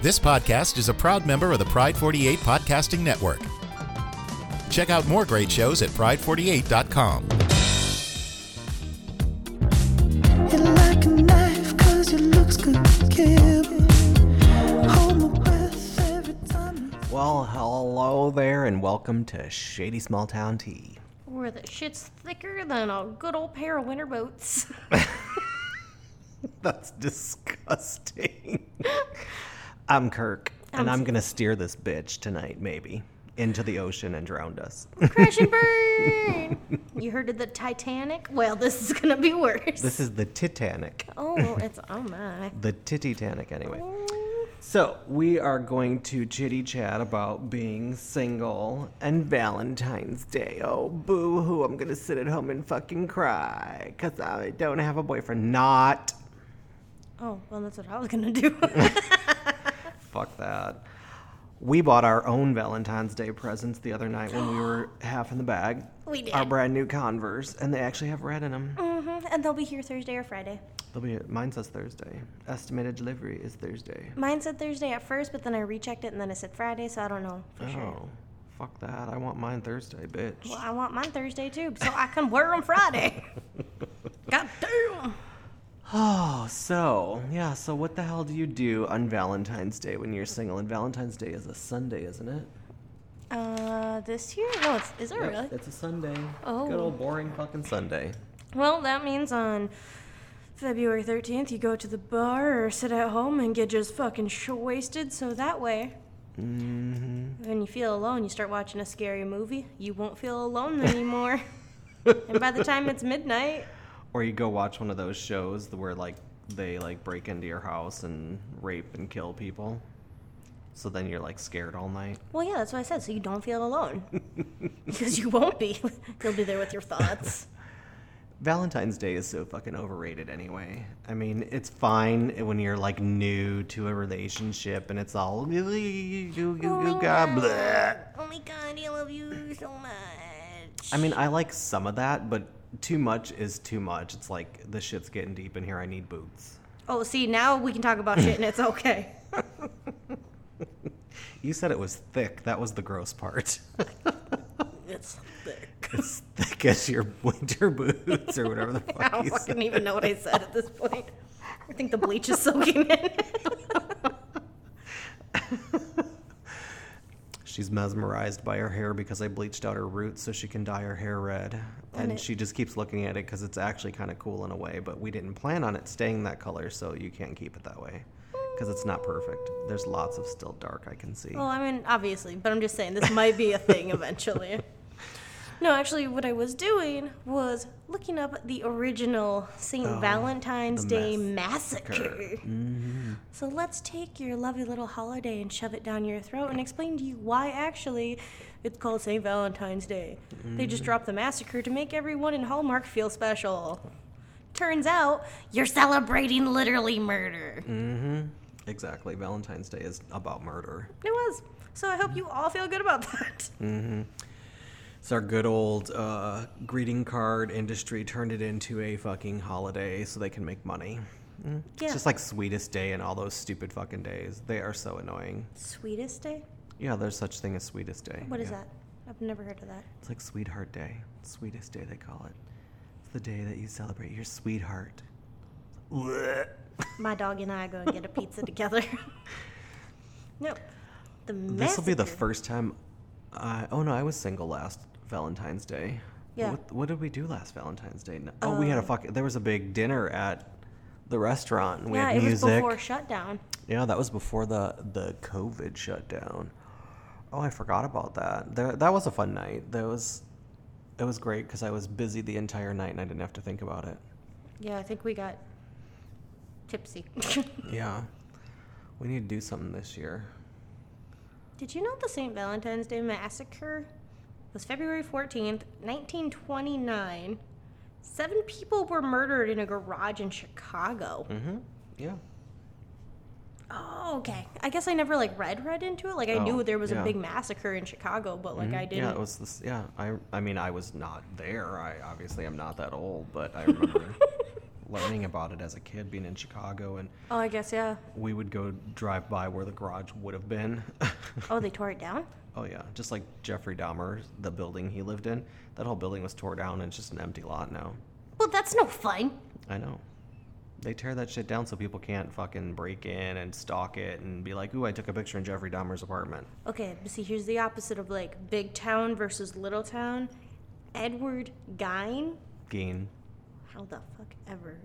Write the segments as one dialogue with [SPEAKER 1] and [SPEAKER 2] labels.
[SPEAKER 1] This podcast is a proud member of the Pride 48 Podcasting Network. Check out more great shows at pride48.com.
[SPEAKER 2] You're like a knife 'cause your looks could kill me. Hold my breath every time.
[SPEAKER 3] Well, hello there, and welcome to Shady Small Town Tea.
[SPEAKER 4] Where the shit's thicker than a good old pair of winter boots.
[SPEAKER 3] That's disgusting. I'm Kirk, and I'm gonna steer this bitch tonight, maybe, into the ocean and drown us.
[SPEAKER 4] Crash and burn! you heard of the Titanic? Well, this is gonna be worse.
[SPEAKER 3] this is the Titanic.
[SPEAKER 4] oh, it's oh my.
[SPEAKER 3] The Titanic, anyway. So, we are going to chitty chat about being single and Valentine's Day. Oh, boo hoo, I'm gonna sit at home and fucking cry because I don't have a boyfriend. Not.
[SPEAKER 4] Oh, well, that's what I was gonna do.
[SPEAKER 3] Fuck that. We bought our own Valentine's Day presents the other night when we were half in the bag.
[SPEAKER 4] We did.
[SPEAKER 3] Our brand new Converse, and they actually have red in them.
[SPEAKER 4] Mhm, And they'll be here Thursday or Friday.
[SPEAKER 3] They'll be, mine says Thursday. Estimated delivery is Thursday.
[SPEAKER 4] Mine said Thursday at first, but then I rechecked it and then it said Friday, so I don't know for sure.
[SPEAKER 3] Oh, fuck that. I want mine Thursday, bitch.
[SPEAKER 4] Well, I want mine Thursday too, so I can wear them Friday. God damn!
[SPEAKER 3] Oh, so, yeah, so what the hell do you do on Valentine's Day when you're single? And Valentine's Day is a Sunday, isn't it?
[SPEAKER 4] Uh, this year? No, it's, is it
[SPEAKER 3] Yep,
[SPEAKER 4] Oh, really?
[SPEAKER 3] It's a Sunday. Good
[SPEAKER 4] Oh.
[SPEAKER 3] old boring fucking Sunday.
[SPEAKER 4] Well, that means on February 13th, you go to the bar or sit at home and get just fucking sh- wasted. So that way, when you feel alone, you start watching a scary movie. You won't feel alone anymore. and by the time it's midnight,
[SPEAKER 3] Or you go watch one of those shows where like they like break into your house and rape and kill people. So then you're like scared all night.
[SPEAKER 4] well, yeah, that's what I said. So you don't feel alone. because you won't be. You'll be there with your thoughts.
[SPEAKER 3] Valentine's Day is so fucking overrated anyway. I mean, it's fine when you're like new to a relationship and it's all blah.
[SPEAKER 4] Oh my god, I love you so much.
[SPEAKER 3] I mean, I like some of that, but too much is too much. It's like the shit's getting deep in here. I need boots.
[SPEAKER 4] Oh, see, now we can talk about shit and it's okay.
[SPEAKER 3] You said it was thick. That was the gross part.
[SPEAKER 4] It's thick.
[SPEAKER 3] as thick as your winter boots or whatever the fuck
[SPEAKER 4] I don't
[SPEAKER 3] you said.
[SPEAKER 4] fucking even know what I said at this point. I think the bleach is soaking in.
[SPEAKER 3] She's mesmerized by her hair because I bleached out her roots so she can dye her hair red. And she just keeps looking at it because it's actually kind of cool in a way, but we didn't plan on it staying that color, so you can't keep it that way because it's not perfect. There's lots of still dark I can see.
[SPEAKER 4] well, I mean, obviously, but I'm just saying this might be a thing eventually. No, actually, what I was doing was looking up the original St. Valentine's
[SPEAKER 3] Oh, the Mm-hmm.
[SPEAKER 4] Day Massacre. So let's take your lovely little holiday and shove it down your throat and explain to you why actually it's called St. Valentine's Day. They
[SPEAKER 3] Mm-hmm.
[SPEAKER 4] just dropped the massacre to make everyone in Hallmark feel special. Turns out you're celebrating literally murder.
[SPEAKER 3] Mm. Exactly. Valentine's Day is about murder.
[SPEAKER 4] It was. So I hope you all feel good about that.
[SPEAKER 3] Mm. It's our good old uh, greeting card industry turned it into a fucking holiday so they can make money. Mm.
[SPEAKER 4] Yeah.
[SPEAKER 3] It's just like sweetest day and all those stupid fucking days. They are so annoying.
[SPEAKER 4] Sweetest Day?
[SPEAKER 3] Yeah, there's such thing as sweetest day.
[SPEAKER 4] What is
[SPEAKER 3] Yeah.
[SPEAKER 4] that? I've never heard of that.
[SPEAKER 3] It's like sweetheart day. Sweetest day they call it. It's the day that you celebrate your sweetheart. Blech.
[SPEAKER 4] My dog and I go and get a pizza together. no. The
[SPEAKER 3] This will be the
[SPEAKER 4] massacre.
[SPEAKER 3] first time. I, oh no, I was single last Valentine's Day.
[SPEAKER 4] Yeah. Um,
[SPEAKER 3] What, what did we do last Valentine's Day? No- Oh, we had a fuck. There was a big dinner at the restaurant. We
[SPEAKER 4] Yeah,
[SPEAKER 3] had
[SPEAKER 4] it was
[SPEAKER 3] music.
[SPEAKER 4] before shutdown.
[SPEAKER 3] Yeah, that was before the the COVID shutdown. Oh, I forgot about that. There, that was a fun night. That was, it was great because I was busy the entire night and I didn't have to think about it.
[SPEAKER 4] Yeah, I think we got tipsy.
[SPEAKER 3] Yeah, we need to do something this year.
[SPEAKER 4] Did you know the St. Valentine's Day Massacre was February 14th, 1929? Seven people were murdered in a garage in Chicago.
[SPEAKER 3] Mm. Yeah.
[SPEAKER 4] Oh, okay. I guess I never like read read into it. Like I
[SPEAKER 3] Oh,
[SPEAKER 4] knew there was
[SPEAKER 3] yeah. Mm-hmm.
[SPEAKER 4] a big massacre in Chicago, but like I didn't.
[SPEAKER 3] Yeah, it was this. Yeah, I. I mean, I was not there. I obviously am not that old, but I remember learning about it as a kid, being in Chicago, and
[SPEAKER 4] Oh, I guess yeah.
[SPEAKER 3] we would go drive by where the garage would have been.
[SPEAKER 4] Oh, they tore it down.
[SPEAKER 3] oh yeah, just like Jeffrey Dahmer, the building he lived in. That whole building was tore down and it's just an empty lot now.
[SPEAKER 4] Well, that's no fun.
[SPEAKER 3] I know. They tear that shit down so people can't fucking break in and stalk it and be like, "Ooh, I took a picture in Jeffrey Dahmer's apartment."
[SPEAKER 4] Okay, but see, here's the opposite of like big town versus little town. Edward Gine.
[SPEAKER 3] Geen.
[SPEAKER 4] How the fuck ever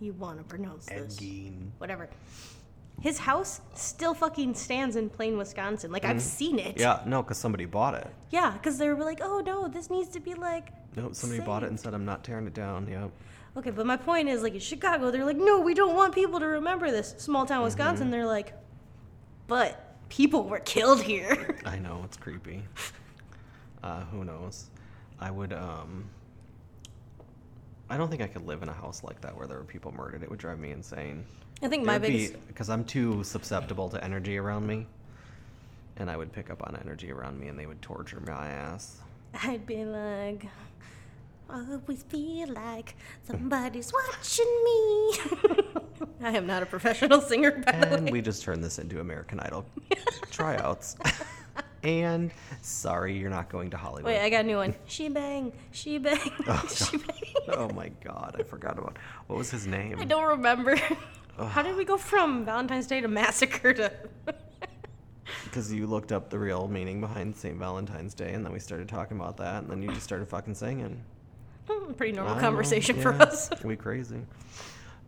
[SPEAKER 4] you want to pronounce this?
[SPEAKER 3] Geen.
[SPEAKER 4] Whatever. His house still fucking stands in Plain, Wisconsin. Like I've seen it.
[SPEAKER 3] Yeah, no, because somebody bought it.
[SPEAKER 4] Yeah, because they were like, oh no, this needs to be like.
[SPEAKER 3] No, somebody bought it and said, "I'm not tearing it down." Yep.
[SPEAKER 4] Okay, but my point is, like in Chicago, they're like, no, we don't want people to remember this small town Wisconsin. They're like, but people were killed here.
[SPEAKER 3] I know it's creepy. Uh, who knows? I would. um I don't think I could live in a house like that where there were people murdered. It would drive me insane.
[SPEAKER 4] I think my biggest.
[SPEAKER 3] because I'm too susceptible to energy around me, and I would pick up on energy around me, and they would torture my ass.
[SPEAKER 4] I'd be like, I always feel like somebody's watching me. I am not a professional singer, by the way.
[SPEAKER 3] And we just turned this into American Idol tryouts. and sorry, you're not going to Hollywood.
[SPEAKER 4] Wait, I got a new one. She bang, she bang, she bang.
[SPEAKER 3] oh my god, I forgot about what was his name.
[SPEAKER 4] I don't remember. How did we go from Valentine's Day to massacre to?
[SPEAKER 3] Because you looked up the real meaning behind St. Valentine's Day, and then we started talking about that, and then you just started fucking singing.
[SPEAKER 4] Hmm, Pretty normal
[SPEAKER 3] I know,
[SPEAKER 4] conversation for
[SPEAKER 3] yeah,
[SPEAKER 4] us.
[SPEAKER 3] we crazy.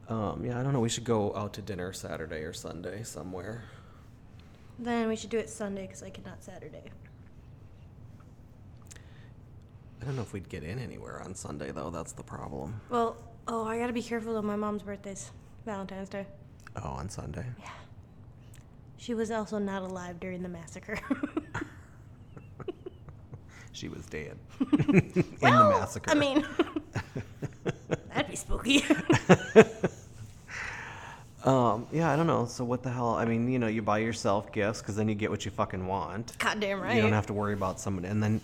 [SPEAKER 3] Um, yeah, I don't know. We should go out to dinner Saturday or Sunday somewhere.
[SPEAKER 4] Then we should do it Sunday because I cannot Saturday.
[SPEAKER 3] I don't know if we'd get in anywhere on Sunday though. That's the problem.
[SPEAKER 4] Well, oh, I gotta be careful of my mom's birthday's Valentine's Day.
[SPEAKER 3] Oh, on Sunday.
[SPEAKER 4] She was also not alive during the massacre.
[SPEAKER 3] She was dead in the massacre.
[SPEAKER 4] I mean, that'd be spooky.
[SPEAKER 3] um, yeah, I don't know. So what the hell? I mean, you know, you buy yourself gifts because then you get what you fucking want.
[SPEAKER 4] Goddamn right.
[SPEAKER 3] You don't have to worry about someone. And then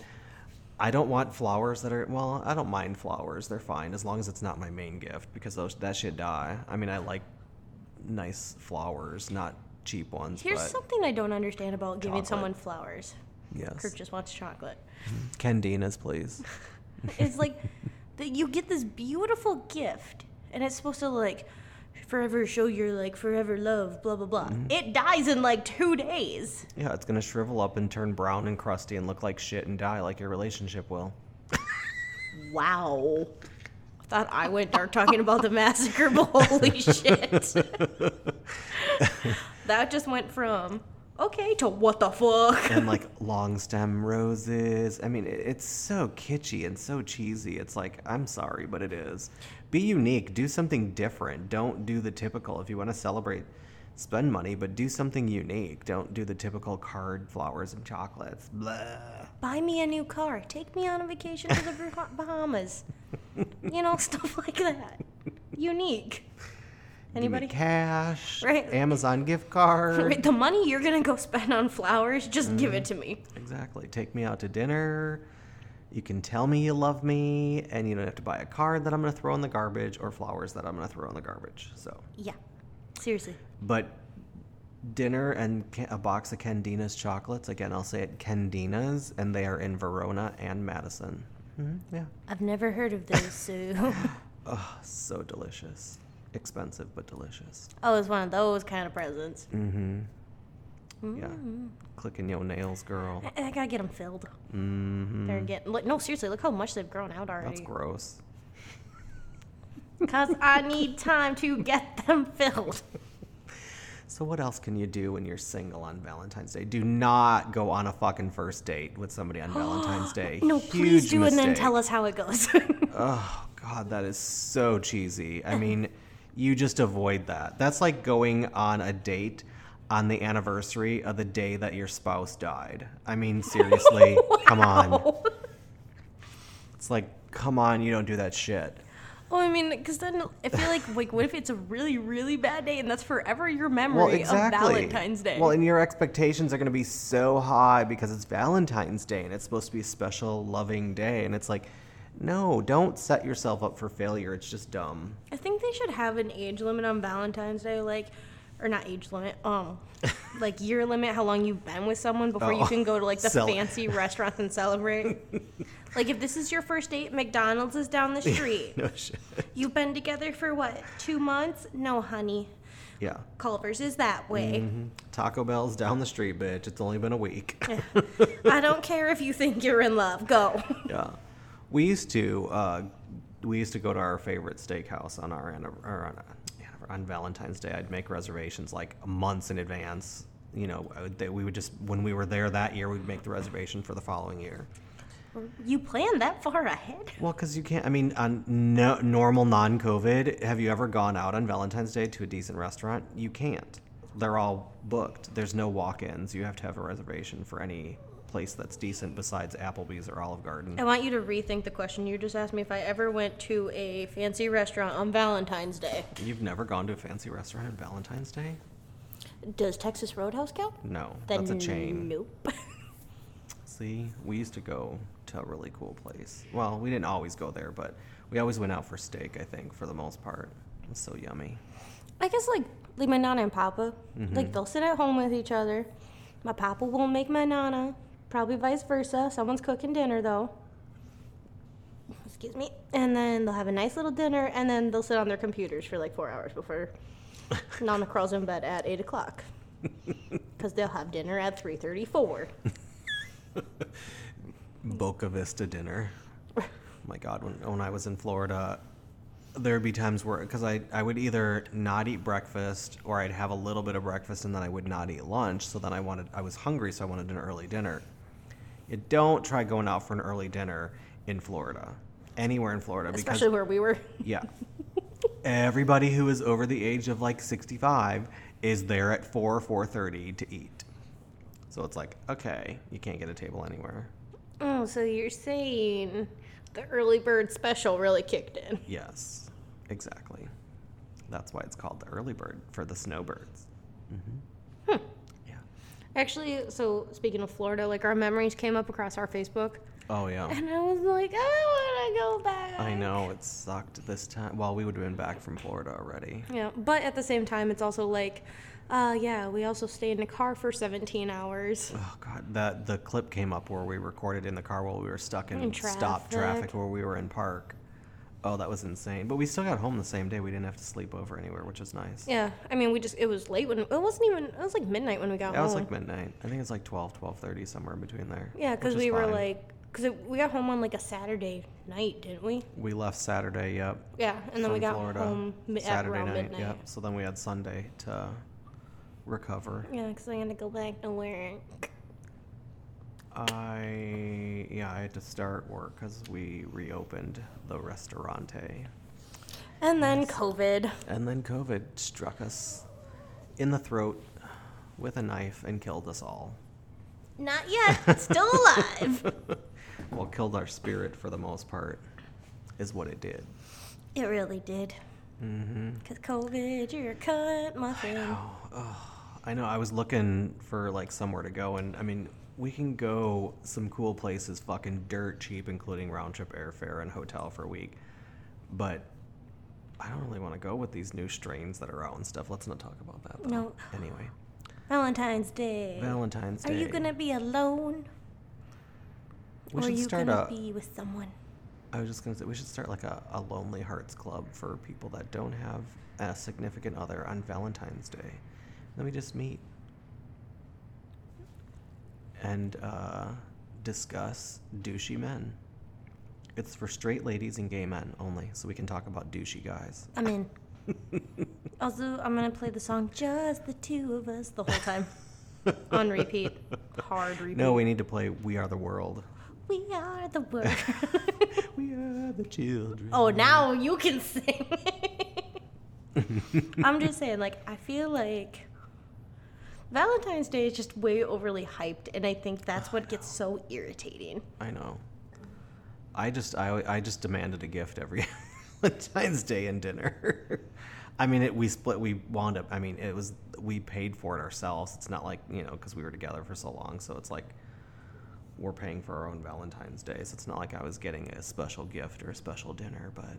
[SPEAKER 3] I don't want flowers that are, well, I don't mind flowers. They're fine as long as it's not my main gift because those, that should die. I mean, I like nice flowers, not cheap ones.
[SPEAKER 4] Here's
[SPEAKER 3] but
[SPEAKER 4] something I don't understand about giving
[SPEAKER 3] Chocolate.
[SPEAKER 4] someone flowers. Kirk
[SPEAKER 3] yes.
[SPEAKER 4] just wants chocolate.
[SPEAKER 3] Candinas, please.
[SPEAKER 4] It's like that you get this beautiful gift, and it's supposed to like forever show your like forever love, blah blah blah.
[SPEAKER 3] Mm-hmm.
[SPEAKER 4] It dies in like two days.
[SPEAKER 3] Yeah, it's going to shrivel up and turn brown and crusty and look like shit and die like your relationship will.
[SPEAKER 4] Wow. I thought I went dark talking about the massacre, but holy shit. that just went from okay to what the fuck.
[SPEAKER 3] and like long stem roses. I mean, it- it's so kitschy and so cheesy. It's like, I'm sorry, but it is. Be unique. Do something different. Don't do the typical. If you want to celebrate, spend money, but do something unique. Don't do the typical card, flowers, and chocolates. Blah.
[SPEAKER 4] Buy me a new car. Take me on a vacation to the Bah- Bahamas. You know, stuff like that. Unique. Anybody?
[SPEAKER 3] Give me cash.
[SPEAKER 4] Right.
[SPEAKER 3] Amazon gift card.
[SPEAKER 4] Right, the money you're gonna go spend on flowers, just
[SPEAKER 3] Mm-hmm.
[SPEAKER 4] give it to me.
[SPEAKER 3] Exactly. Take me out to dinner. You can tell me you love me, and you don't have to buy a card that I'm going to throw in the garbage or flowers that I'm going to throw in the garbage. So.
[SPEAKER 4] Yeah. Seriously.
[SPEAKER 3] But dinner and ca- a box of Candina's chocolates. Again, I'll say it Candina's, and they are in Verona and Madison. hmm Yeah.
[SPEAKER 4] I've never heard of those, so.
[SPEAKER 3] Oh, so delicious. Expensive, but delicious.
[SPEAKER 4] oh, it's one of those kind of presents.
[SPEAKER 3] Mm. Yeah. Clicking your nails, girl.
[SPEAKER 4] I, I gotta get them filled. Mm-hmm. They're getting. Look, no, seriously, look how much they've grown out
[SPEAKER 3] That's
[SPEAKER 4] already.
[SPEAKER 3] gross.
[SPEAKER 4] Because I need time to get them filled.
[SPEAKER 3] So, what else can you do when you're single on Valentine's Day? Do not go on a fucking first date with somebody on Valentine's Day.
[SPEAKER 4] No, please
[SPEAKER 3] Huge
[SPEAKER 4] do, and then
[SPEAKER 3] mistake.
[SPEAKER 4] tell us how it goes.
[SPEAKER 3] Oh God, that is so cheesy.
[SPEAKER 4] Uh-huh.
[SPEAKER 3] I mean, you just avoid that. That's like going on a date on the anniversary of the day that your spouse died. I mean, seriously, come on.
[SPEAKER 4] Wow.
[SPEAKER 3] It's like, come on, you don't do that shit.
[SPEAKER 4] Oh, I mean, because then I feel like, like, what if it's a really, really bad day and that's forever your memory
[SPEAKER 3] Well, exactly.
[SPEAKER 4] of Valentine's Day?
[SPEAKER 3] Well, and your expectations are going to be so high because it's Valentine's Day and it's supposed to be a special, loving day, and it's like, No, don't set yourself up for failure. It's just dumb.
[SPEAKER 4] I think they should have an age limit on Valentine's Day, like, or not age limit, um, like year limit, how long you've been with someone before
[SPEAKER 3] Oh.
[SPEAKER 4] you can go to like the
[SPEAKER 3] Cel-
[SPEAKER 4] fancy restaurants and celebrate. like, if this is your first date, McDonald's is down the street.
[SPEAKER 3] No shit.
[SPEAKER 4] You've been together for what, two months? No, honey.
[SPEAKER 3] Yeah.
[SPEAKER 4] Culver's is that way.
[SPEAKER 3] Mm-hmm. Taco Bell's down the street, bitch. It's only been a week.
[SPEAKER 4] I don't care if you think you're in love. Go.
[SPEAKER 3] yeah. We used to uh, we used to go to our favorite steakhouse on our anniv- or on, uh, on Valentine's Day. I'd make reservations like months in advance. You know, I would- they, we would just when we were there that year, we'd make the reservation for the following year.
[SPEAKER 4] You planned that far ahead?
[SPEAKER 3] Well, because you can't. I mean, on no, normal non-COVID, have you ever gone out on Valentine's Day to a decent restaurant? You can't. They're all booked. There's no walk-ins. You have to have a reservation for any place that's decent besides Applebee's or Olive Garden.
[SPEAKER 4] I want you to rethink the question you just asked me if I ever went to a fancy restaurant on Valentine's Day.
[SPEAKER 3] You've never gone to a fancy restaurant on Valentine's Day?
[SPEAKER 4] Does Texas Roadhouse count?
[SPEAKER 3] No,
[SPEAKER 4] Then
[SPEAKER 3] that's a chain.
[SPEAKER 4] Nope.
[SPEAKER 3] See, we used to go to a really cool place. Well, we didn't always go there, but we always went out for steak. I think for the most part, it's so yummy.
[SPEAKER 4] I guess like like my nana and papa,
[SPEAKER 3] Mm-hmm.
[SPEAKER 4] like they'll sit at home with each other. My papa will make my nana, probably vice versa. Someone's cooking dinner though. Excuse me. And then they'll have a nice little dinner, and then they'll sit on their computers for like four hours before nana crawls in bed at eight o'clock, because they'll have dinner at three thirty-four.
[SPEAKER 3] Boca Vista dinner. Oh my God, when, when I was in Florida, there'd be times where, because I, I would either not eat breakfast or I'd have a little bit of breakfast and then I would not eat lunch. So then I wanted, I was hungry, so I wanted an early dinner. You don't try going out for an early dinner in Florida, anywhere in Florida, because
[SPEAKER 4] Especially where we were.
[SPEAKER 3] yeah. Everybody who is over the age of like 65 is there at 4 or 4:30 to eat. So it's like, okay, you can't get a table anywhere.
[SPEAKER 4] Oh, so you're saying the early bird special really kicked in?
[SPEAKER 3] Yes, exactly. That's why it's called the early bird for the snowbirds. Mm-hmm.
[SPEAKER 4] Actually, so speaking of Florida, like our memories came up across our Facebook,
[SPEAKER 3] Yeah. Oh yeah.
[SPEAKER 4] and I was like, I want to go back.
[SPEAKER 3] I know it sucked this time. Well, we would have been back from Florida already.
[SPEAKER 4] Yeah, but at the same time, it's also like, uh, yeah, we also stayed in a car for 17 hours.
[SPEAKER 3] Oh god, that the clip came up where we recorded in the car while we were stuck in,
[SPEAKER 4] In
[SPEAKER 3] stop traffic
[SPEAKER 4] traffic.
[SPEAKER 3] where we were in park. Oh, that was insane. But we still got home the same day. We didn't have to sleep over anywhere, which is nice.
[SPEAKER 4] Yeah, I mean, we just it was late when it wasn't even it was like midnight when we got
[SPEAKER 3] That
[SPEAKER 4] home.
[SPEAKER 3] was like midnight. I think it's like 12, 12.30, somewhere in between there.
[SPEAKER 4] yeah, because
[SPEAKER 3] which is
[SPEAKER 4] we were
[SPEAKER 3] fine.
[SPEAKER 4] like, because we got home on like a Saturday night, didn't we?
[SPEAKER 3] We left Saturday, yep.
[SPEAKER 4] Yeah, and then we
[SPEAKER 3] from
[SPEAKER 4] got
[SPEAKER 3] Florida
[SPEAKER 4] home mi- at
[SPEAKER 3] Saturday
[SPEAKER 4] around
[SPEAKER 3] night.
[SPEAKER 4] midnight.
[SPEAKER 3] Yep. So then we had Sunday to recover.
[SPEAKER 4] Yeah, because I had to go back to work.
[SPEAKER 3] I yeah, I had to start work because we reopened the restaurante,
[SPEAKER 4] And then COVID.
[SPEAKER 3] and then COVID struck us in the throat with a knife and killed us all.
[SPEAKER 4] Not yet. Still alive.
[SPEAKER 3] Well, killed our spirit for the most part, is what it did.
[SPEAKER 4] It really did.
[SPEAKER 3] Mm-hmm.
[SPEAKER 4] Because COVID, you're a cunt, my friend.
[SPEAKER 3] I know. I was looking for like somewhere to go, and I mean, we can go some cool places, fucking dirt cheap, including round trip airfare and hotel for a week. But I don't really want to go with these new strains that are out and stuff. Let's not talk about that. Though.
[SPEAKER 4] No.
[SPEAKER 3] Anyway,
[SPEAKER 4] Valentine's Day.
[SPEAKER 3] Valentine's
[SPEAKER 4] Are
[SPEAKER 3] Day.
[SPEAKER 4] you going to be alone?
[SPEAKER 3] We
[SPEAKER 4] or are
[SPEAKER 3] should
[SPEAKER 4] you
[SPEAKER 3] start
[SPEAKER 4] gonna
[SPEAKER 3] a.
[SPEAKER 4] be with someone?
[SPEAKER 3] I was just gonna say we should start like a, a lonely hearts club for people that don't have a significant other on Valentine's Day. Let me just meet and uh, discuss douchey men. It's for straight ladies and gay men only, so we can talk about douchey guys.
[SPEAKER 4] I'm in. also, I'm going to play the song Just the Two of Us the whole time. On repeat. Hard repeat.
[SPEAKER 3] No, we need to play "We Are the World."
[SPEAKER 4] We are the world.
[SPEAKER 3] We are the children.
[SPEAKER 4] Oh, now you can sing. I'm just saying, like, I feel like Valentine's Day is just way overly hyped, and I think that's what gets so irritating.
[SPEAKER 3] I know. I just I, I just demanded a gift every Valentine's Day and dinner. I mean, it, we split. We wound up. I mean, it was we paid for it ourselves. It's not like you know because we were together for so long. So it's like we're paying for our own Valentine's Day, so it's not like I was getting a special gift or a special dinner. But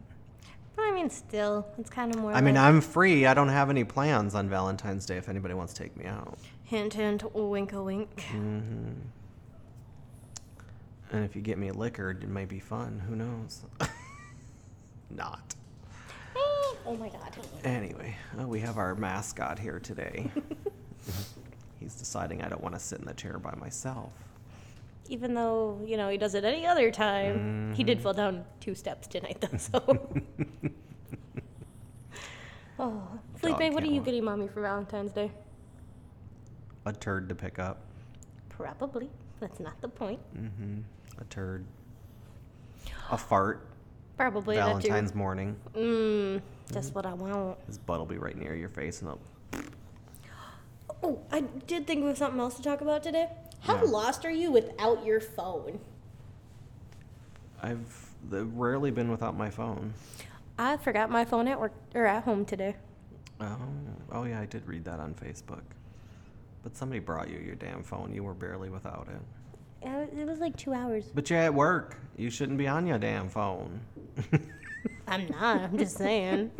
[SPEAKER 4] But I mean, still, it's kind of more.
[SPEAKER 3] I mean,
[SPEAKER 4] like-
[SPEAKER 3] I'm free. I don't have any plans on Valentine's Day if anybody wants to take me out.
[SPEAKER 4] Hint, hint, wink, a wink.
[SPEAKER 3] And if you get me liquored, it might be fun. Who knows? Not.
[SPEAKER 4] Oh my god.
[SPEAKER 3] Anyway, uh, we have our mascot here today. He's deciding I don't want to sit in the chair by myself.
[SPEAKER 4] Even though, you know, he does it any other time, he did fall down two steps tonight, though, so. oh.
[SPEAKER 3] Dog
[SPEAKER 4] Felipe, what are
[SPEAKER 3] can't
[SPEAKER 4] you
[SPEAKER 3] walk.
[SPEAKER 4] getting mommy for Valentine's Day?
[SPEAKER 3] A turd to pick up.
[SPEAKER 4] Probably. That's not the point.
[SPEAKER 3] A turd. A fart.
[SPEAKER 4] Probably
[SPEAKER 3] Valentine's morning.
[SPEAKER 4] that too. Mmm, just what I want.
[SPEAKER 3] His butt will be right near your face, and it'll,
[SPEAKER 4] Oh, I did think of something else to talk about today. How
[SPEAKER 3] Yeah.
[SPEAKER 4] lost are you without your phone?
[SPEAKER 3] I've uh, rarely been without my phone.
[SPEAKER 4] I forgot my phone at work or at home today.
[SPEAKER 3] Oh, oh yeah, I did read that on Facebook. But somebody brought you your damn phone. You were barely without it.
[SPEAKER 4] Uh, It was like two hours.
[SPEAKER 3] But you're at work. You shouldn't be on your damn phone.
[SPEAKER 4] I'm not. I'm just saying.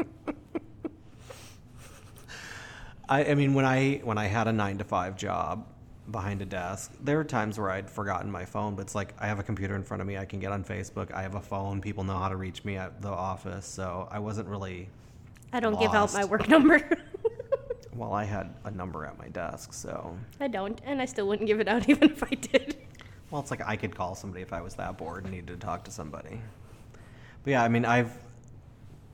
[SPEAKER 3] I, I mean, when I when I had a nine to five job behind a desk, there were times where I'd forgotten my phone. But it's like I have a computer in front of me. I can get on Facebook. I have a phone. People know how to reach me at the office. So I wasn't really.
[SPEAKER 4] I don't give out my
[SPEAKER 3] Lost.
[SPEAKER 4] work number.
[SPEAKER 3] Well, I had a number at my desk. So
[SPEAKER 4] I don't, and I still wouldn't give it out even if I did.
[SPEAKER 3] well, it's like I could call somebody if I was that bored and needed to talk to somebody. But yeah, I mean, I've.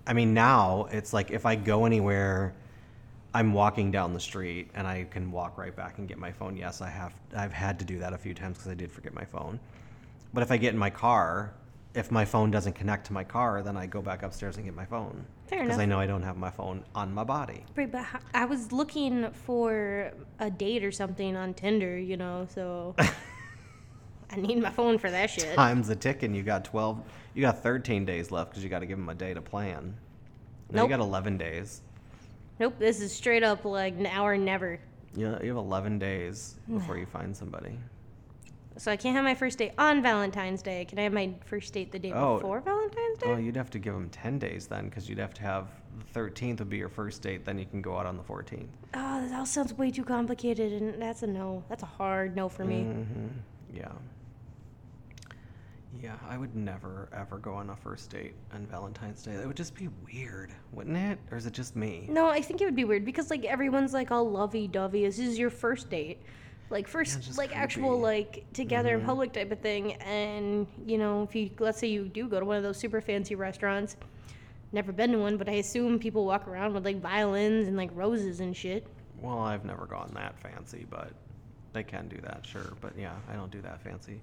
[SPEAKER 3] I mean, now it's like if I go anywhere. I'm walking down the street and I can walk right back and get my phone. Yes, I have. I've had to do that a few times because I did forget my phone. But if I get in my car, if my phone doesn't connect to my car, then I go back upstairs and get my phone.
[SPEAKER 4] Fair
[SPEAKER 3] Because I
[SPEAKER 4] enough.
[SPEAKER 3] know I don't have my phone on my body.
[SPEAKER 4] Right, but ho- I was looking for a date or something on Tinder, you know, so I need my phone for that shit.
[SPEAKER 3] Time's a ticking. You got 12. You got 13 days left because you got to give them a day to plan. No,
[SPEAKER 4] Nope.
[SPEAKER 3] you got 11 days.
[SPEAKER 4] Nope, this is straight up like now or never.
[SPEAKER 3] Yeah, you have 11 days before you find somebody.
[SPEAKER 4] So I can't have my first date on Valentine's Day. Can I have my first date the day
[SPEAKER 3] Oh.
[SPEAKER 4] before Valentine's Day?
[SPEAKER 3] Oh, you'd have to give them 10 days then because you'd have to have the 13th would be your first date. Then you can go out on the 14th.
[SPEAKER 4] Oh, that all sounds way too complicated, and that's a no. That's a hard no for me.
[SPEAKER 3] Mm. Yeah. Yeah, I would never ever go on a first date on Valentine's Day. That would just be weird, wouldn't it? Or is it just me?
[SPEAKER 4] No, I think it would be weird because like everyone's like all lovey dovey. This is your first date, like
[SPEAKER 3] Yeah,
[SPEAKER 4] first
[SPEAKER 3] it's just
[SPEAKER 4] like actual
[SPEAKER 3] creepy. Mm-hmm.
[SPEAKER 4] like together in public type of thing. And you know, if you let's say you do go to one of those super fancy restaurants, never been to one, but I assume people walk around with like violins and like roses and shit.
[SPEAKER 3] Well, I've never gone that fancy, but they can do that, sure. But yeah, I don't do that fancy.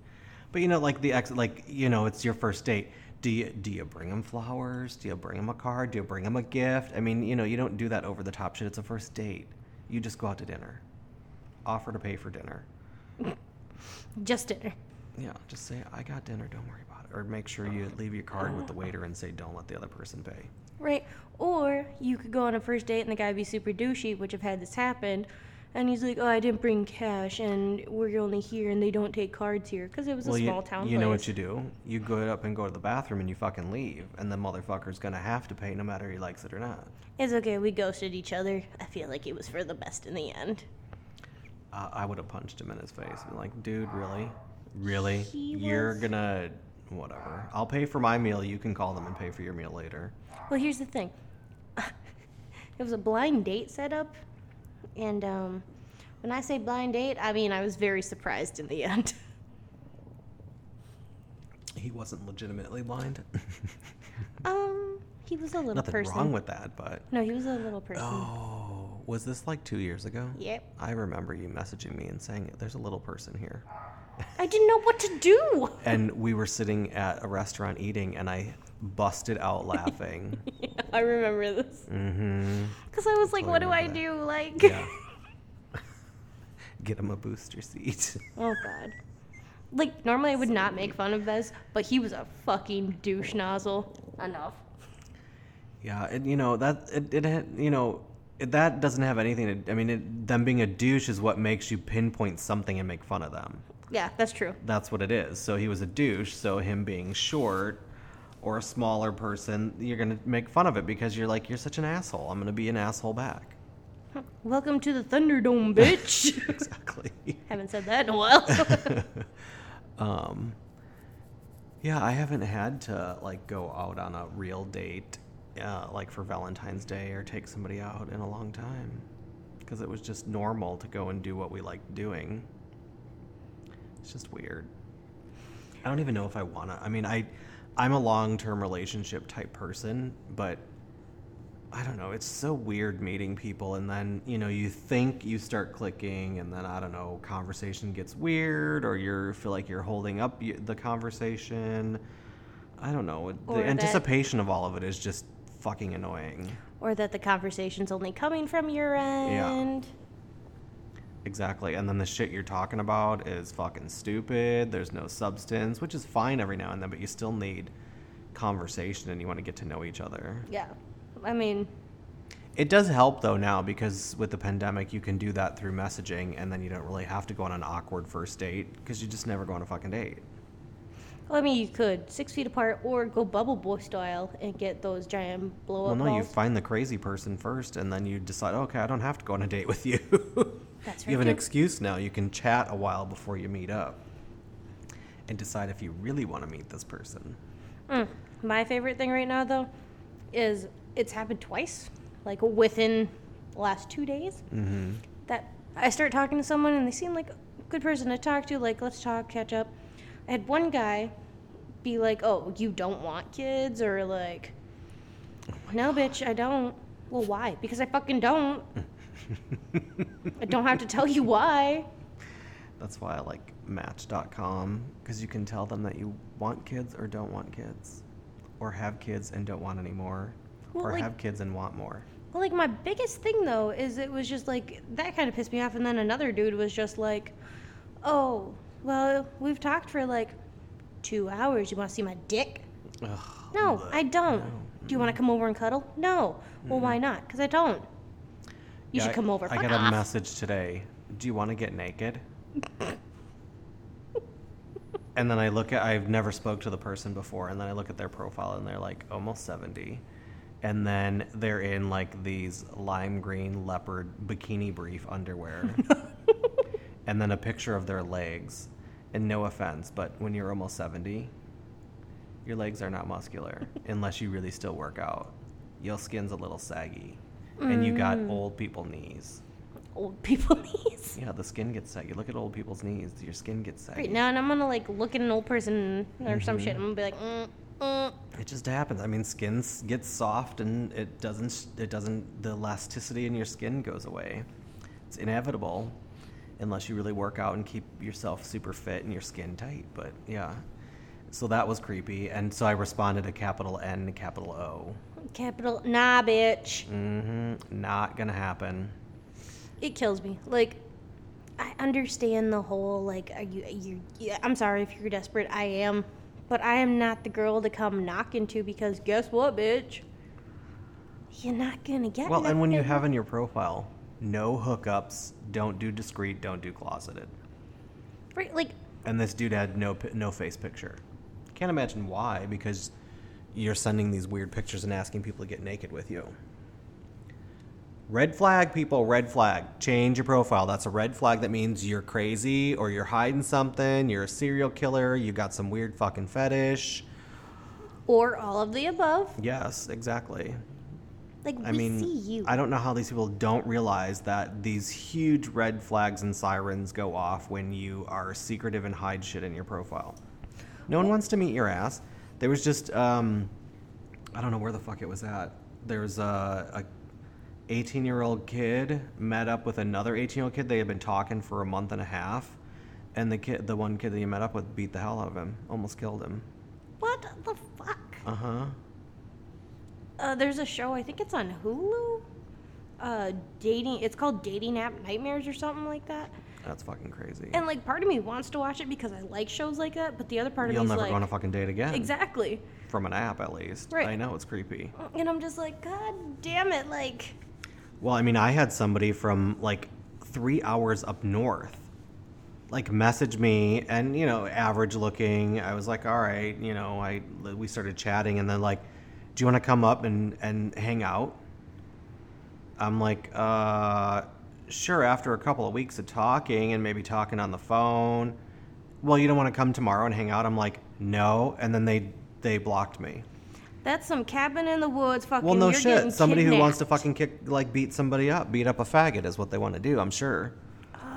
[SPEAKER 3] But you know, like the ex, like you know, it's your first date. Do you do you bring them flowers? Do you bring them a card? Do you bring them a gift? I mean, you know, you don't do that over the top shit. It's a first date. You just go out to dinner. Offer to pay for dinner.
[SPEAKER 4] Just dinner.
[SPEAKER 3] Yeah, just say I got dinner. Don't worry about it. Or make sure you leave your card with the waiter and say don't let the other person pay.
[SPEAKER 4] Right. Or you could go on a first date and the guy be super douchey, which I've had this happen. And he's like, "Oh, I didn't bring cash, and we're only here, and they don't take cards here because it was a
[SPEAKER 3] you,
[SPEAKER 4] small town."
[SPEAKER 3] you know
[SPEAKER 4] place.
[SPEAKER 3] what you do? You go up and go to the bathroom and you fucking leave, and the motherfucker's gonna have to pay no matter he likes it or not.
[SPEAKER 4] It's okay, we ghosted each other. I feel like it was for the best in the end.
[SPEAKER 3] Uh, I would have punched him in his face. Been like, dude, really, really?
[SPEAKER 4] He
[SPEAKER 3] You're
[SPEAKER 4] was-
[SPEAKER 3] gonna whatever. I'll pay for my meal. You can call them and pay for your meal later.
[SPEAKER 4] Well, here's the thing it was a blind date setup, and um, when I say blind date, I mean I was very surprised in the end.
[SPEAKER 3] He wasn't legitimately blind.
[SPEAKER 4] um, he was a little
[SPEAKER 3] Nothing
[SPEAKER 4] person.
[SPEAKER 3] wrong with that, but
[SPEAKER 4] no, he was a little person.
[SPEAKER 3] Oh, was this like two years ago?
[SPEAKER 4] Yep.
[SPEAKER 3] I remember you messaging me and saying, There's a little person here.
[SPEAKER 4] I didn't know what to do.
[SPEAKER 3] And we were sitting at a restaurant eating, and I busted out laughing.
[SPEAKER 4] I remember this. Because I was like, what do I
[SPEAKER 3] Mm-hmm. remember
[SPEAKER 4] do? Like,
[SPEAKER 3] yeah. Get him a booster seat.
[SPEAKER 4] oh god. Like, normally I would not make fun of this, but he was a fucking douche nozzle. Enough.
[SPEAKER 3] yeah, and you know, that, it, it had, you know, it, that doesn't have anything to, I mean, it, them being a douche is what makes you pinpoint something and make fun of them.
[SPEAKER 4] Yeah, that's true.
[SPEAKER 3] That's what it is. So he was a douche. So him being short or a smaller person, you're gonna make fun of it because you're like, you're such an asshole. I'm gonna be an asshole back.
[SPEAKER 4] Welcome to the Thunderdome, bitch.
[SPEAKER 3] Exactly.
[SPEAKER 4] Haven't said that in a while.
[SPEAKER 3] yeah, I haven't had to like go out on a real date, uh, like for Valentine's Day or take somebody out in a long time, because it was just normal to go and do what we liked doing. It's just weird. I don't even know if I wanna. I mean, I, I'm a long-term relationship type person, but I don't know. It's so weird meeting people, and then you know you think you start clicking, and then I don't know, conversation gets weird, or you feel like you're holding up y- the conversation. I don't know.
[SPEAKER 4] Or
[SPEAKER 3] the
[SPEAKER 4] that-
[SPEAKER 3] anticipation of all of it is just fucking annoying.
[SPEAKER 4] or that the conversation's only coming from your end.
[SPEAKER 3] Exactly. And then the shit you're talking about is fucking stupid. There's no substance, which is fine every now and then, but you still need conversation and you want to get to know each other.
[SPEAKER 4] Yeah. I mean,
[SPEAKER 3] It does help though now because with the pandemic, you can do that through messaging and then you don't really have to go on an awkward first date because you just never go on a fucking date.
[SPEAKER 4] well, I mean, you could six feet apart or go bubble boy style and get those giant blow
[SPEAKER 3] Well,
[SPEAKER 4] up
[SPEAKER 3] no, you
[SPEAKER 4] balls.
[SPEAKER 3] find the crazy person first and then you decide, okay, I don't have to go on a date with you.
[SPEAKER 4] That's
[SPEAKER 3] You have an
[SPEAKER 4] right.
[SPEAKER 3] excuse now. You can chat a while before you meet up and decide if you really want to meet this person.
[SPEAKER 4] My favorite thing right now, though, is it's happened twice, like within the last two days. Mm-hmm. That I start talking to someone and they seem like a good person to talk to. Like, let's talk, catch up. I had one guy be like, "Oh, you don't want kids," or like, "No, bitch, I don't." Well, why? Because I fucking don't. I don't have to tell you why.
[SPEAKER 3] That's why I like Match.com because you can tell them that you want kids or don't want kids, or have kids and don't want any more,
[SPEAKER 4] Well,
[SPEAKER 3] or
[SPEAKER 4] like-
[SPEAKER 3] have kids and want more.
[SPEAKER 4] Well, like my biggest thing though is it was just like that kind of pissed me off, and then another dude was just like, "Oh, well, we've talked for like two hours. You want to see my dick?
[SPEAKER 3] Ugh,
[SPEAKER 4] No, I don't. Do you want to come over and cuddle? No. Well, why not? Because I don't. You
[SPEAKER 3] Yeah,
[SPEAKER 4] should
[SPEAKER 3] I-
[SPEAKER 4] come over.
[SPEAKER 3] I
[SPEAKER 4] Fuck
[SPEAKER 3] got
[SPEAKER 4] off.
[SPEAKER 3] a message today. Do you want to get naked? and then I look at I've never spoke to the person before, and then I look at their profile and they're like almost seventy. And then they're in like these lime green leopard bikini brief underwear. and then a picture of their legs. And no offense, but when you're almost 70, your legs are not muscular unless you really still work out. Your skin's a little saggy, and you
[SPEAKER 4] Mm.
[SPEAKER 3] got old people knees.
[SPEAKER 4] Old people knees.
[SPEAKER 3] Yeah, the skin gets saggy. Look at old people's knees. Your skin gets saggy.
[SPEAKER 4] Right now, and I'm gonna like look at an old person or some
[SPEAKER 3] Mm-hmm.
[SPEAKER 4] shit. and I'm gonna be like, mm, mm.
[SPEAKER 3] It just happens. I mean, skin s- gets soft, and it doesn't. s- It doesn't. The elasticity in your skin goes away. It's inevitable, unless you really work out and keep yourself super fit and your skin tight. But yeah, so that was creepy, and so I responded to capital N, capital O.
[SPEAKER 4] capital nah, bitch.
[SPEAKER 3] hmm Not gonna happen.
[SPEAKER 4] it kills me like i understand the whole like are you you yeah, i'm sorry if you're desperate i am but i am not the girl to come knocking to because guess what bitch you're not gonna get
[SPEAKER 3] Well, and when you
[SPEAKER 4] nothing.
[SPEAKER 3] have in your profile, no hookups, don't do discreet, don't do closeted,
[SPEAKER 4] Right, like
[SPEAKER 3] and this dude had no pi- no face picture. Can't imagine why, because you're sending these weird pictures and asking people to get naked with you. Red flag, people, red flag. Change your profile. That's a red flag that means you're crazy or you're hiding something, you're a serial killer, you got some weird fucking fetish.
[SPEAKER 4] or all of the above
[SPEAKER 3] Yes, exactly.
[SPEAKER 4] like we
[SPEAKER 3] I mean,
[SPEAKER 4] see you
[SPEAKER 3] I don't know how these people don't realize that these huge red flags and sirens go off when you are secretive and hide shit in your profile. No one wants to meet your ass. There was just, um, I don't know where the fuck it was at. There was a, a 18 year old kid met up with another 18 year old kid. They had been talking for a month and a half, and the kid, the one kid that he met up with, beat the hell out of him, almost killed him.
[SPEAKER 4] what the fuck
[SPEAKER 3] Uh huh.
[SPEAKER 4] uh, there's a show i think it's on hulu uh dating it's called dating app nightmares or something like that
[SPEAKER 3] That's fucking crazy.
[SPEAKER 4] and like part of me wants to watch it because i like shows like that but the other part of
[SPEAKER 3] You'll
[SPEAKER 4] me is
[SPEAKER 3] never
[SPEAKER 4] like
[SPEAKER 3] go on a fucking date again.
[SPEAKER 4] exactly
[SPEAKER 3] from an app at least.
[SPEAKER 4] Right.
[SPEAKER 3] I know it's creepy.
[SPEAKER 4] And I'm just like, God damn it, like,
[SPEAKER 3] Well, I mean, I had somebody from like three hours up north, like messaged me and you know average looking i was like all right you know i we started chatting and then like do you want to come up and and hang out i'm like uh sure after a couple of weeks of talking and maybe talking on the phone well you don't want to come tomorrow and hang out i'm like no and then they they blocked me
[SPEAKER 4] That's some cabin in the woods fucking.
[SPEAKER 3] well no
[SPEAKER 4] you're getting
[SPEAKER 3] shit somebody who wants to
[SPEAKER 4] kidnapped.
[SPEAKER 3] fucking kick like beat somebody up beat up a faggot is what they want to do i'm sure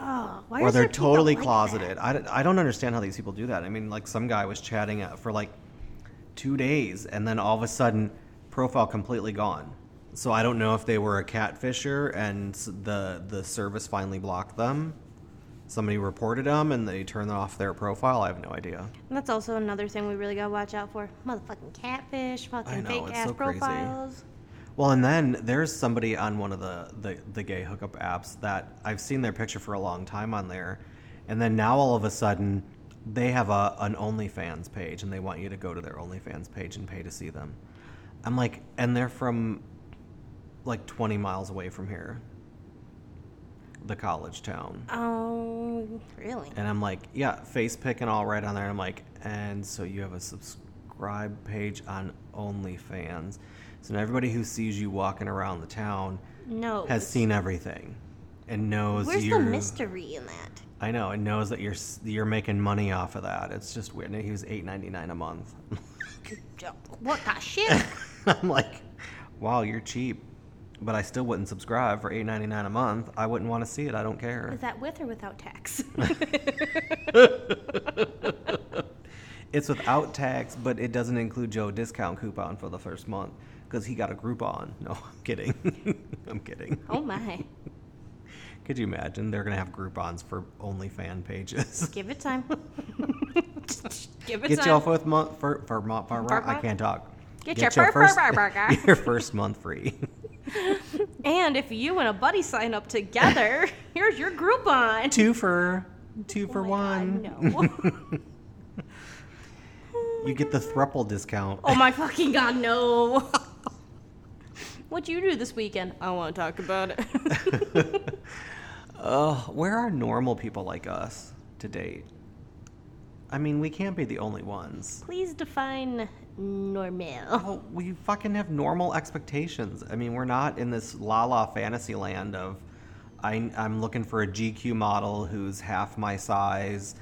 [SPEAKER 4] Oh, why
[SPEAKER 3] or
[SPEAKER 4] is there
[SPEAKER 3] they're
[SPEAKER 4] people
[SPEAKER 3] totally
[SPEAKER 4] like that?
[SPEAKER 3] closeted. I, don't- I don't understand how these people do that. I mean, like some guy was chatting uh, for like two days, and then all of a sudden, profile completely gone. So I don't know if they were a catfisher and s- the the service finally blocked them. Somebody reported them, and they turned off their profile. I have no idea.
[SPEAKER 4] And That's also another thing we really gotta watch out for. Motherfucking catfish, fucking
[SPEAKER 3] know,
[SPEAKER 4] fake
[SPEAKER 3] it's
[SPEAKER 4] ass
[SPEAKER 3] so crazy.
[SPEAKER 4] profiles.
[SPEAKER 3] Well, and then there's somebody on one of the, the, the gay hookup apps that I've seen their picture for a long time on there. And then now all of a sudden, they have a, an OnlyFans page and they want you to go to their OnlyFans page and pay to see them. I'm like, and they're from like 20 miles away from here, the college town.
[SPEAKER 4] Oh, really?
[SPEAKER 3] And I'm like, yeah, face pick and all right on there. And I'm like, and so you have a subscribe page on OnlyFans. So now everybody who sees you walking around the town
[SPEAKER 4] No.
[SPEAKER 3] has seen everything and knows
[SPEAKER 4] Where's
[SPEAKER 3] you're.
[SPEAKER 4] the mystery in that?
[SPEAKER 3] I know, and knows that you're s- you're making money off of that. It's just weird. And he was eight ninety nine a month.
[SPEAKER 4] What the shit?
[SPEAKER 3] I'm like, wow, you're cheap. But I still wouldn't subscribe for eight ninety nine a month. I wouldn't want to see it. I don't care.
[SPEAKER 4] Is that with or without tax?
[SPEAKER 3] It's without tax, but it doesn't include Joe discount coupon for the first month because he got a Groupon. No, I'm kidding. I'm kidding.
[SPEAKER 4] oh my.
[SPEAKER 3] Could you imagine? They're gonna have Groupons for only fan pages.
[SPEAKER 4] Give it time. Give it
[SPEAKER 3] Get
[SPEAKER 4] time.
[SPEAKER 3] your fourth month for for, mo- for,
[SPEAKER 4] Fur-
[SPEAKER 3] I can't talk.
[SPEAKER 4] Get your fur- fur- fur- burger.
[SPEAKER 3] your first month free.
[SPEAKER 4] and if you and a buddy sign up together, here's your Groupon.
[SPEAKER 3] two for two for
[SPEAKER 4] Oh my
[SPEAKER 3] one.
[SPEAKER 4] God, no.
[SPEAKER 3] You get the thruple discount.
[SPEAKER 4] oh my fucking god, no. What'd you do this weekend? I want to talk about it.
[SPEAKER 3] Ugh, where are normal people like us to date? I mean, we can't be the only ones.
[SPEAKER 4] Please define normal.
[SPEAKER 3] Well, we fucking have normal expectations. I mean, we're not in this la la fantasy land of I, I'm looking for a GQ model who's half my size,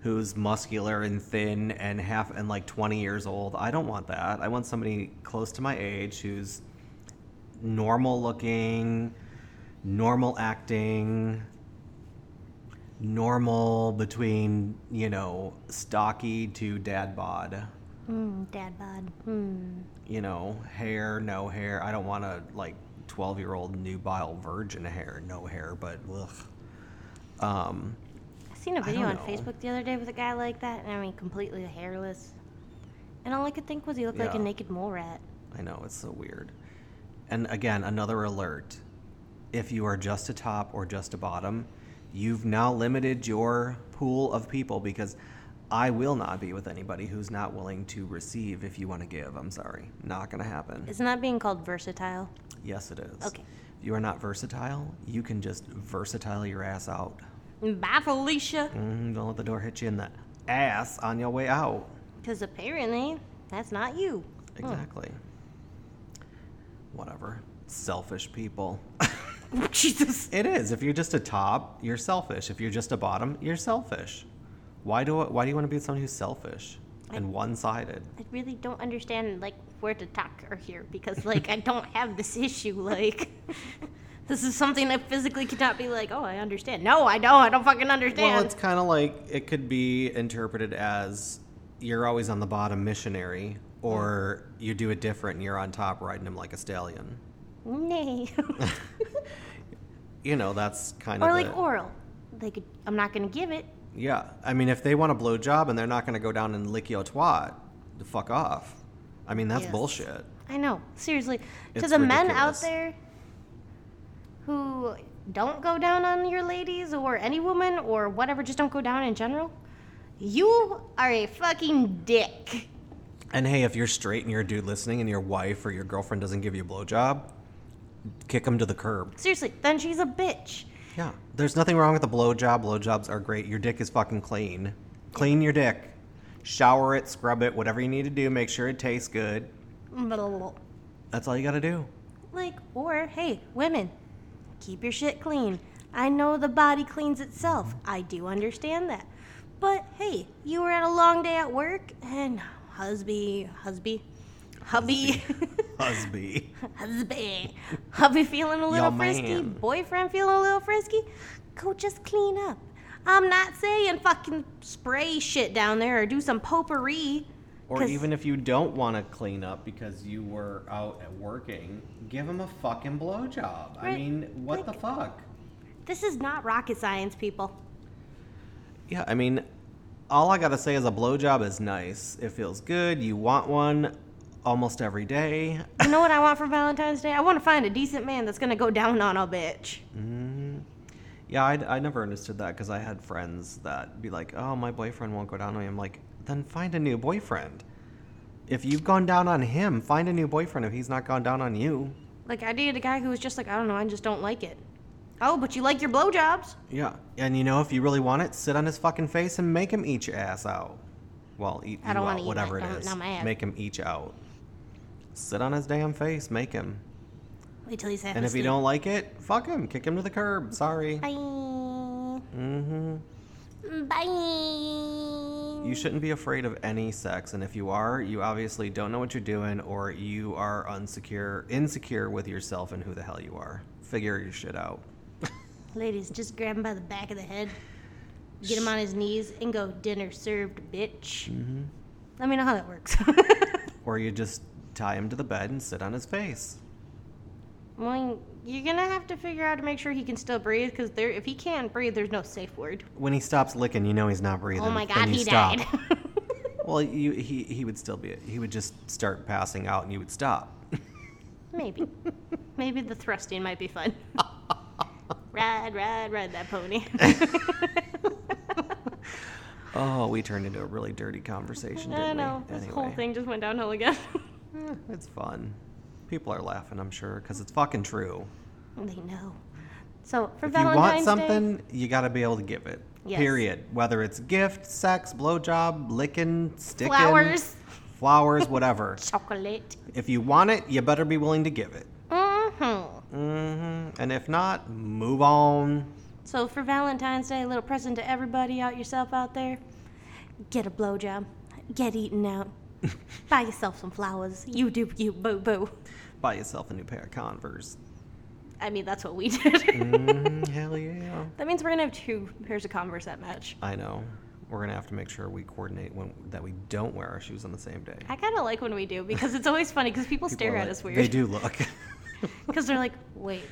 [SPEAKER 3] who's muscular and thin and half and like 20 years old. I don't want that. I want somebody close to my age who's normal looking, normal acting, normal between, you know, stocky to dad bod
[SPEAKER 4] Mm, dad bod. Mm.
[SPEAKER 3] you know, hair, no hair. I don't want to like twelve year old nubile virgin hair, no hair, but ugh. Um,
[SPEAKER 4] I seen a video
[SPEAKER 3] don't
[SPEAKER 4] on
[SPEAKER 3] know.
[SPEAKER 4] Facebook the other day with a guy like that, and I mean, completely hairless. And all I could think was he looked like a
[SPEAKER 3] Yeah.
[SPEAKER 4] naked mole rat.
[SPEAKER 3] I know it's so weird. And again, another alert: if you are just a top or just a bottom, you've now limited your pool of people because I will not be with anybody who's not willing to receive if you want to give. I'm sorry, not gonna happen.
[SPEAKER 4] Isn't that being called versatile?
[SPEAKER 3] Yes, it is.
[SPEAKER 4] Okay.
[SPEAKER 3] If you are not versatile, you can just versatile your ass out.
[SPEAKER 4] Bye, Felicia.
[SPEAKER 3] Mm, don't let the door hit you in the ass on your way out.
[SPEAKER 4] Because apparently, that's not you.
[SPEAKER 3] Exactly. Whatever. Selfish people.
[SPEAKER 4] Jesus.
[SPEAKER 3] it is. If you're just a top, you're selfish. If you're just a bottom, you're selfish. Why do why do you want to be with someone who's selfish and one-sided?
[SPEAKER 4] I really don't understand like where to talk or here because like I don't have this issue. Like, this is something I physically cannot be like. Oh, I understand. No, I don't. I don't fucking understand.
[SPEAKER 3] Well, it's kind of like it could be interpreted as you're always on the bottom missionary or you do it different and you're on top riding him like a stallion.
[SPEAKER 4] Nay.
[SPEAKER 3] You know, that's kind of
[SPEAKER 4] or like oral. Like I'm not gonna give it.
[SPEAKER 3] Yeah, I mean, if they want a blowjob and they're not going to go down and lick your twat, the fuck off. I mean, that's
[SPEAKER 4] Yes.
[SPEAKER 3] bullshit.
[SPEAKER 4] I know. Seriously. To
[SPEAKER 3] It's
[SPEAKER 4] the men out
[SPEAKER 3] ridiculous.
[SPEAKER 4] there who don't go down on your ladies or any woman or whatever, just don't go down in general, you are a fucking dick.
[SPEAKER 3] And hey, if you're straight and you're a dude listening, and your wife or your girlfriend doesn't give you a blowjob, kick them to the curb.
[SPEAKER 4] Seriously, then she's a bitch.
[SPEAKER 3] Yeah. There's nothing wrong with a blowjob. Blowjobs are great. Your dick is fucking clean. Clean your dick. Shower it, scrub it, whatever you need to do. Make sure it tastes good. That's all you got to do.
[SPEAKER 4] Like, or hey, women, keep your shit clean. I know the body cleans itself. I do understand that. But hey, you were at a long day at work and husby, husby, hubby,
[SPEAKER 3] Husby.
[SPEAKER 4] husby, hubby feeling a little
[SPEAKER 3] Your
[SPEAKER 4] frisky,
[SPEAKER 3] man.
[SPEAKER 4] boyfriend feeling a little frisky. Go just clean up. I'm not saying fucking spray shit down there or do some potpourri.
[SPEAKER 3] Or
[SPEAKER 4] 'cause-
[SPEAKER 3] even if you don't want to clean up because you were out at working, give him a fucking blowjob. I
[SPEAKER 4] Right.
[SPEAKER 3] mean, what the
[SPEAKER 4] Like-
[SPEAKER 3] fuck?
[SPEAKER 4] This is not rocket science, people.
[SPEAKER 3] Yeah, I mean, all I gotta say is a blowjob is nice. It feels good. You want one almost every day.
[SPEAKER 4] You know what I want for Valentine's Day? I want to find a decent man that's gonna go down on a bitch.
[SPEAKER 3] Yeah, I, I never understood that because I had friends that be like, "Oh, my boyfriend won't go down on me." I'm like, then find a new boyfriend. If you've gone down on him, find a new boyfriend. If he's not gone down on you,
[SPEAKER 4] Like I dated a guy who was just like, I don't know, I just don't like it. Oh, but you like your blowjobs?
[SPEAKER 3] yeah. And you know, if you really want it, sit on his fucking face and make him eat your ass out. Well, eat
[SPEAKER 4] I don't
[SPEAKER 3] you
[SPEAKER 4] wanna
[SPEAKER 3] out,
[SPEAKER 4] eat my-
[SPEAKER 3] whatever
[SPEAKER 4] no,
[SPEAKER 3] it is.
[SPEAKER 4] not my ass.
[SPEAKER 3] Make him eat you out. Sit on his damn face. Make him.
[SPEAKER 4] Wait till he's half
[SPEAKER 3] And if you
[SPEAKER 4] asleep.
[SPEAKER 3] don't like it, fuck him. Kick him to the curb. Sorry.
[SPEAKER 4] Bye.
[SPEAKER 3] Mm-hmm.
[SPEAKER 4] Bye.
[SPEAKER 3] You shouldn't be afraid of any sex, and if you are, you obviously don't know what you're doing, or you are unsecure, insecure with yourself and who the hell you are. Figure your shit out.
[SPEAKER 4] Ladies, just grab him by the back of the head, get him on his knees, and go dinner served, bitch. Mm-hmm. Let me know how that works.
[SPEAKER 3] Or you just tie him to the bed and sit on his face.
[SPEAKER 4] well, you're gonna have to figure out to make sure he can still breathe, because there, if he can't breathe, there's no safe word.
[SPEAKER 3] When he stops licking, you know he's not breathing.
[SPEAKER 4] oh my
[SPEAKER 3] Then
[SPEAKER 4] God,
[SPEAKER 3] you
[SPEAKER 4] he
[SPEAKER 3] stop.
[SPEAKER 4] died.
[SPEAKER 3] Well, you, he he would still be. He would just start passing out, and you would stop.
[SPEAKER 4] Maybe. Maybe the thrusting might be fun. ride, ride, ride that pony.
[SPEAKER 3] Oh, we turned into a really dirty conversation, didn't
[SPEAKER 4] I know.
[SPEAKER 3] we?
[SPEAKER 4] This
[SPEAKER 3] Anyway,
[SPEAKER 4] whole thing just went downhill again.
[SPEAKER 3] eh, it's fun. People are laughing, I'm sure, because it's fucking true.
[SPEAKER 4] they know. So for
[SPEAKER 3] If you want
[SPEAKER 4] Valentine's Day,
[SPEAKER 3] something, you got to be able to give it.
[SPEAKER 4] Yes.
[SPEAKER 3] Period. Whether it's gift, sex, blowjob, licking, sticking,
[SPEAKER 4] Flowers.
[SPEAKER 3] flowers, whatever.
[SPEAKER 4] chocolate.
[SPEAKER 3] if you want it, you better be willing to give it.
[SPEAKER 4] Mm-hmm.
[SPEAKER 3] hmm And if not, move on.
[SPEAKER 4] So for Valentine's Day, a little present to everybody out yourself out there. Get a blowjob. Get eaten out. Buy yourself some flowers. You do you boo boo.
[SPEAKER 3] Buy yourself a new pair of Converse.
[SPEAKER 4] I mean that's what we did.
[SPEAKER 3] Mm, hell yeah.
[SPEAKER 4] that means we're gonna have two pairs of Converse that match.
[SPEAKER 3] I know. We're gonna have to make sure we coordinate when that we don't wear our shoes on the same day.
[SPEAKER 4] I kind of like when we do because it's always funny because
[SPEAKER 3] People
[SPEAKER 4] people,
[SPEAKER 3] are
[SPEAKER 4] stare at
[SPEAKER 3] like-
[SPEAKER 4] us
[SPEAKER 3] They
[SPEAKER 4] weird
[SPEAKER 3] do look.
[SPEAKER 4] because they're like, wait,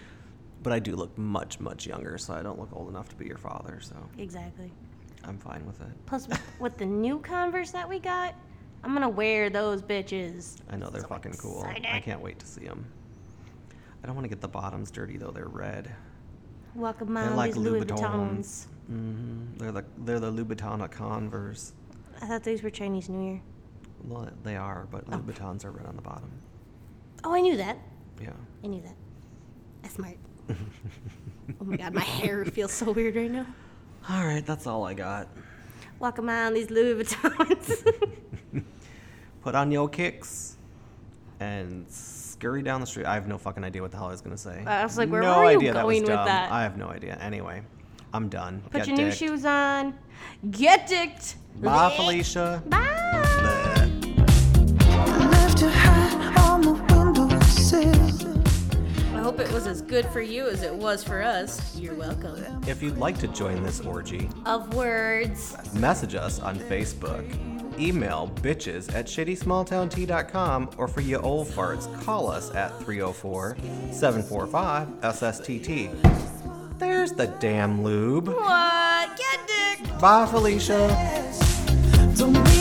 [SPEAKER 3] but I do look much, much younger, so I don't look old enough to be your father. So
[SPEAKER 4] exactly.
[SPEAKER 3] I'm fine with it.
[SPEAKER 4] Plus, with the new Converse that we got, I'm gonna wear those bitches.
[SPEAKER 3] I know they're
[SPEAKER 4] So
[SPEAKER 3] fucking cool. I
[SPEAKER 4] excited.
[SPEAKER 3] can't wait to see them. I don't want to get the bottoms dirty though. They're red.
[SPEAKER 4] Welcome, mom.
[SPEAKER 3] like
[SPEAKER 4] these Louis
[SPEAKER 3] Louboutins.
[SPEAKER 4] Vuittons.
[SPEAKER 3] hmm They're the they're the Louboutin Converse.
[SPEAKER 4] I thought these were Chinese New Year.
[SPEAKER 3] Well, they are, but Louboutins are red on the bottom.
[SPEAKER 4] Oh, I knew that.
[SPEAKER 3] Yeah.
[SPEAKER 4] I knew that. That's smart. oh my god, my hair feels so weird right now.
[SPEAKER 3] All right, that's all I got.
[SPEAKER 4] Welcome, mom. These Louis Vuittons.
[SPEAKER 3] Put on your kicks and scurry down the street. I have no fucking idea what the hell I was gonna say.
[SPEAKER 4] I was like, where
[SPEAKER 3] no
[SPEAKER 4] were you
[SPEAKER 3] idea that was
[SPEAKER 4] going with
[SPEAKER 3] dumb.
[SPEAKER 4] that?
[SPEAKER 3] I have no idea. Anyway, I'm done.
[SPEAKER 4] Put
[SPEAKER 3] Get
[SPEAKER 4] your new
[SPEAKER 3] dicked.
[SPEAKER 4] shoes on. Get dicked.
[SPEAKER 3] Bye,
[SPEAKER 4] Licked.
[SPEAKER 3] Felicia.
[SPEAKER 4] Bye.
[SPEAKER 3] Bleh.
[SPEAKER 2] Left you high on the windowsill.
[SPEAKER 4] I hope it was as good for you as it was for us. You're welcome.
[SPEAKER 3] If you'd like to join this orgy,
[SPEAKER 4] Of words.
[SPEAKER 3] message us on Facebook, email bitches at shadysmalltowntea.com, or for you old farts, call us at 304 745 SSTT. There's the damn lube.
[SPEAKER 4] What? Get dick.
[SPEAKER 3] Bye, Felicia.
[SPEAKER 2] Don't be